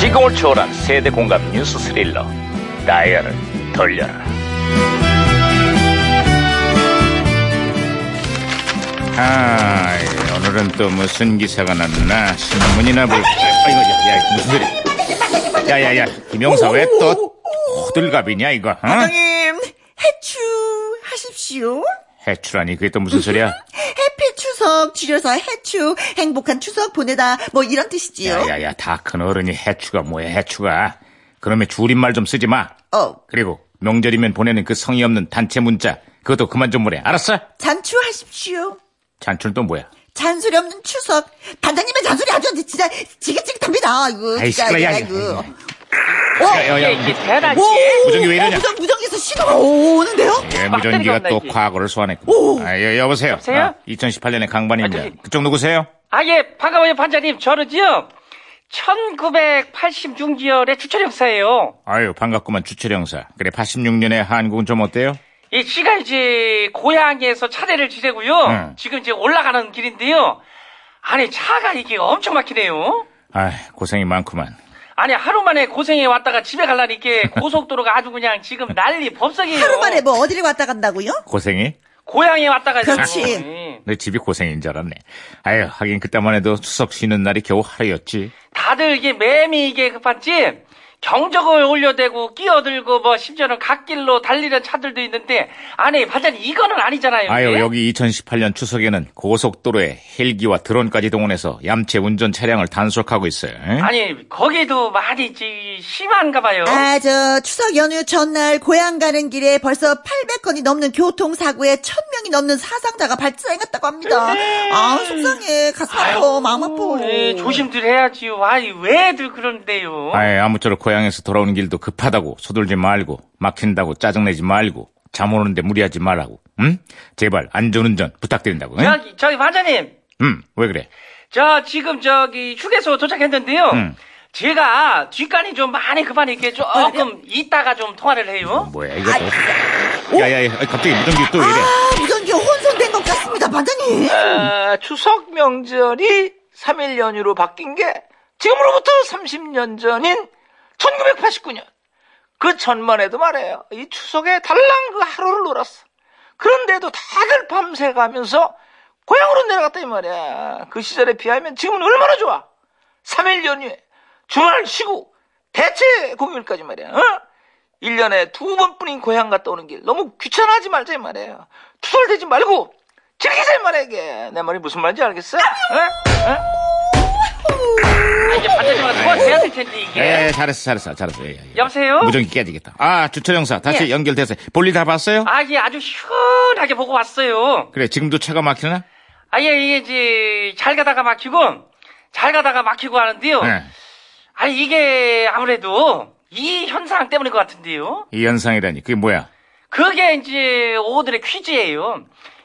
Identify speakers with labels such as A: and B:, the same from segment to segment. A: 시공을 초월한 세대 공감 뉴스 스릴러 다이얼을 돌려라 아 오늘은 또 무슨 기사가 났나 신문이나 볼까 아이고 야, 야 무슨 소리 야야야 김영사 왜 또 호들갑이냐 이거 어?
B: 사장님 해추하십시오.
A: 해출하니 그게 또 무슨 소리야
B: 해피 추석 줄여서 해추 행복한 추석 보내다 뭐 이런 뜻이지요.
A: 야야야 다 큰 어른이 해추가 뭐야 해추가 그놈의 줄임말 좀 쓰지 마
B: 어
A: 그리고 명절이면 보내는 그 성의 없는 단체 문자 그것도 그만 좀 보내 알았어?
B: 잔추하십시오.
A: 잔출 또 뭐야?
B: 잔소리 없는 추석. 반장님의 잔소리 아주 진짜 지긋지긋합니다. 이거
A: 아이,
B: 진짜,
A: 시끄러워, 야,
B: 아이고.
A: 야, 야,
B: 어,
A: 야야야
C: 이게 대단하지.
B: 오,
A: 무전기 왜 이러냐?
B: 어, 무전, 무전기에서 신호가 오- 오는데요?
A: 예, 무전기가
C: 빡 때리던데,
A: 또
C: 이게.
A: 과거를
B: 오!
A: 소환했고. 아, 예, 여보세요.
C: 여보세요?
A: 2018년의 강반입니다.
C: 아, 저기-
A: 그쪽 누구세요?
C: 아, 예, 반가워요, 반장님. 저는요, 1986년의 추천형사예요.
A: 아유, 반갑구만, 주철 형사. 그래, 86년에 한국은 좀 어때요?
C: 이 지가 이제 고향에서 차례를 지내고요.
B: 네.
A: 응.
C: 지금 이제 올라가는 길인데요. 아니, 차가 이게 엄청 막히네요.
A: 아, 고생이 많구만.
C: 아니, 하루 만에 고생해 왔다가 집에 갈라니까 고속도로가 아주 그냥 지금 난리 법석이에요.
B: 하루 만에 뭐 어디를 왔다 간다고요?
A: 고생이?
C: 고향에 왔다가 지금.
B: 그렇지.
C: 예.
A: 내 집이 고생인 줄 알았네. 아유, 하긴 그때만 해도 추석 쉬는 날이 겨우 하루였지.
C: 다들 이게 매미 이게 급한지 경적을 올려대고 끼어들고 뭐 심지어는 갓길로 달리는 차들도 있는데 아니 반장님 이거는 아니잖아요.
A: 아유,
C: 이게.
A: 여기 2018년 추석에는 고속도로에 헬기와 드론까지 동원해서 얌체 운전 차량을 단속하고 있어요. 응?
C: 아니 거기도 많이 이제 심한가 봐요.
B: 아, 저, 추석 연휴 전날 고향 가는 길에 벌써 800건이 넘는 교통사고에 1000명이 넘는 사상자가 발생했다고 합니다. 아, 속상해. 가슴 아파. 마음 아파.
C: 예, 조심들 해야지요. 아니 왜들 그런데요.
A: 아이, 아무쪼록 고향에서 돌아오는 길도 급하다고 서둘지 말고 막힌다고 짜증내지 말고 잠 오는데 무리하지 말라고 응? 제발 안전운전 부탁드린다고 응?
C: 저기 저기 반장님
A: 응, 왜 그래?
C: 저 지금 저기 휴게소 도착했는데요.
A: 음.
C: 제가 뒷간이 좀 많이 급하니까
B: 아, 예.
C: 조금 이따가 좀 통화를 해요.
A: 뭐야 이거 또 야야야 갑자기 무전기 또 왜 이래
B: 아, 무전기 혼선된 것 같습니다, 반장님.
C: 네.
D: 아, 추석 명절이 3일 연휴로 바뀐 게 지금으로부터 30년 전인 1989년. 그 전만 해도 말이에요. 이 추석에 달랑 그 하루를 놀았어. 그런데도 다들 밤새 가면서 고향으로 내려갔다 이 말이야. 그 시절에 비하면 지금은 얼마나 좋아. 3일 연휴에 주말 쉬고 대체 공휴일까지 말이야. 어? 1년에 두 번뿐인 고향 갔다 오는 길 너무 귀찮아하지 말자 이 말이에요. 투덜대지 말고 즐기자 이 말이야 이게. 내 말이 무슨 말인지 알겠어? 어? 어?
C: 아, 이제 반장님과
A: 네.
C: 통화돼야 될 텐데 이게.
A: 예 잘했어 잘했어 잘했어 예, 예.
C: 여보세요?
A: 무전기 깨지겠다 아 주철 형사 다시
C: 예.
A: 연결돼서 볼일 다 봤어요?
C: 아, 예, 아주 시원하게 보고 왔어요.
A: 그래 지금도 차가 막히나?
C: 아, 예, 이게 이제 잘 가다가 막히고, 잘 가다가 막히고 하는데요.
A: 예.
C: 아니, 이게 아무래도 이 현상 때문인 것 같은데요.
A: 이 현상이라니 그게 뭐야
C: 그게 이제 오늘의 퀴즈예요.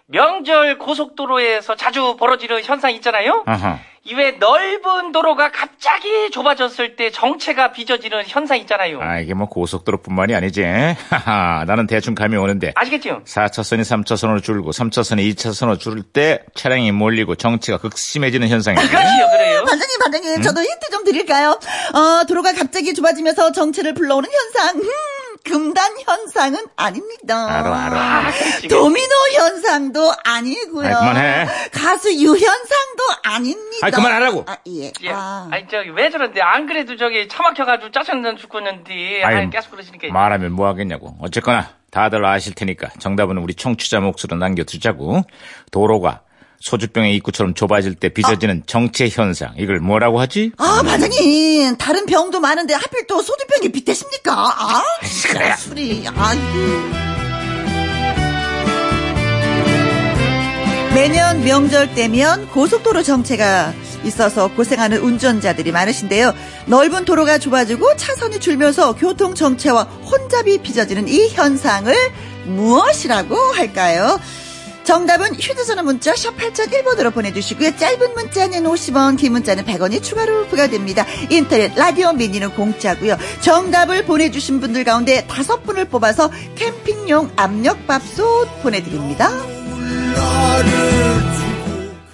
C: 명절 고속도로에서 자주 벌어지는 현상 있잖아요.
A: 아하
C: 이외 넓은 도로가 갑자기 좁아졌을 때 정체가 빚어지는 현상 있잖아요.
A: 아 이게 뭐 고속도로뿐만이 아니지 하하 나는 대충 감이 오는데
C: 아시겠죠?
A: 4차선이 3차선으로 줄고 3차선이 2차선으로 줄을 때 차량이 몰리고 정체가 극심해지는 현상입니다.
C: 그렇죠, 그렇지요, 그래요.
B: 반장님, 반장님,
A: 음?
B: 저도 힌트 좀 드릴까요? 어, 도로가 갑자기 좁아지면서 정체를 불러오는 현상. 음, 금단 현상은 아닙니다.
A: 알아, 알아.
C: 아, 그렇지.
B: 도미노 현상도 아니고요.
A: 아이, 그만해.
B: 가수 유현상도 아닙니다.
A: 아이, 그만하라고.
B: 아, 예.
C: 예.
B: 아.
C: 아니 저기 왜 저런데 안 그래도 저기 차 막혀가지고 짜증나 죽겠는데
A: 아유,
C: 아니, 계속 그러시니까
A: 말하면 뭐 하겠냐고. 어쨌거나 다들 아실 테니까 정답은 우리 청취자 몫으로 남겨두자고. 도로가 소주병의 입구처럼 좁아질 때 빚어지는 정체 현상. 이걸 뭐라고 하지?
B: 아, 반장님, 다른 병도 많은데 하필 또 소주병이 빗대십니까? 아, 진짜 술이, 아이고. 매년 명절 때면 고속도로 정체가 있어서 고생하는 운전자들이 많으신데요. 넓은 도로가 좁아지고 차선이 줄면서 교통 정체와 혼잡이 빚어지는 이 현상을 무엇이라고 할까요? 정답은 휴대전화 문자 샵 8001번으로 보내주시고요. 짧은 문자는 50원, 긴 문자는 100원이 추가로 부과됩니다. 인터넷 라디오 미니는 공짜고요. 정답을 보내주신 분들 가운데 다섯 분을 뽑아서 캠핑용 압력밥솥 보내드립니다.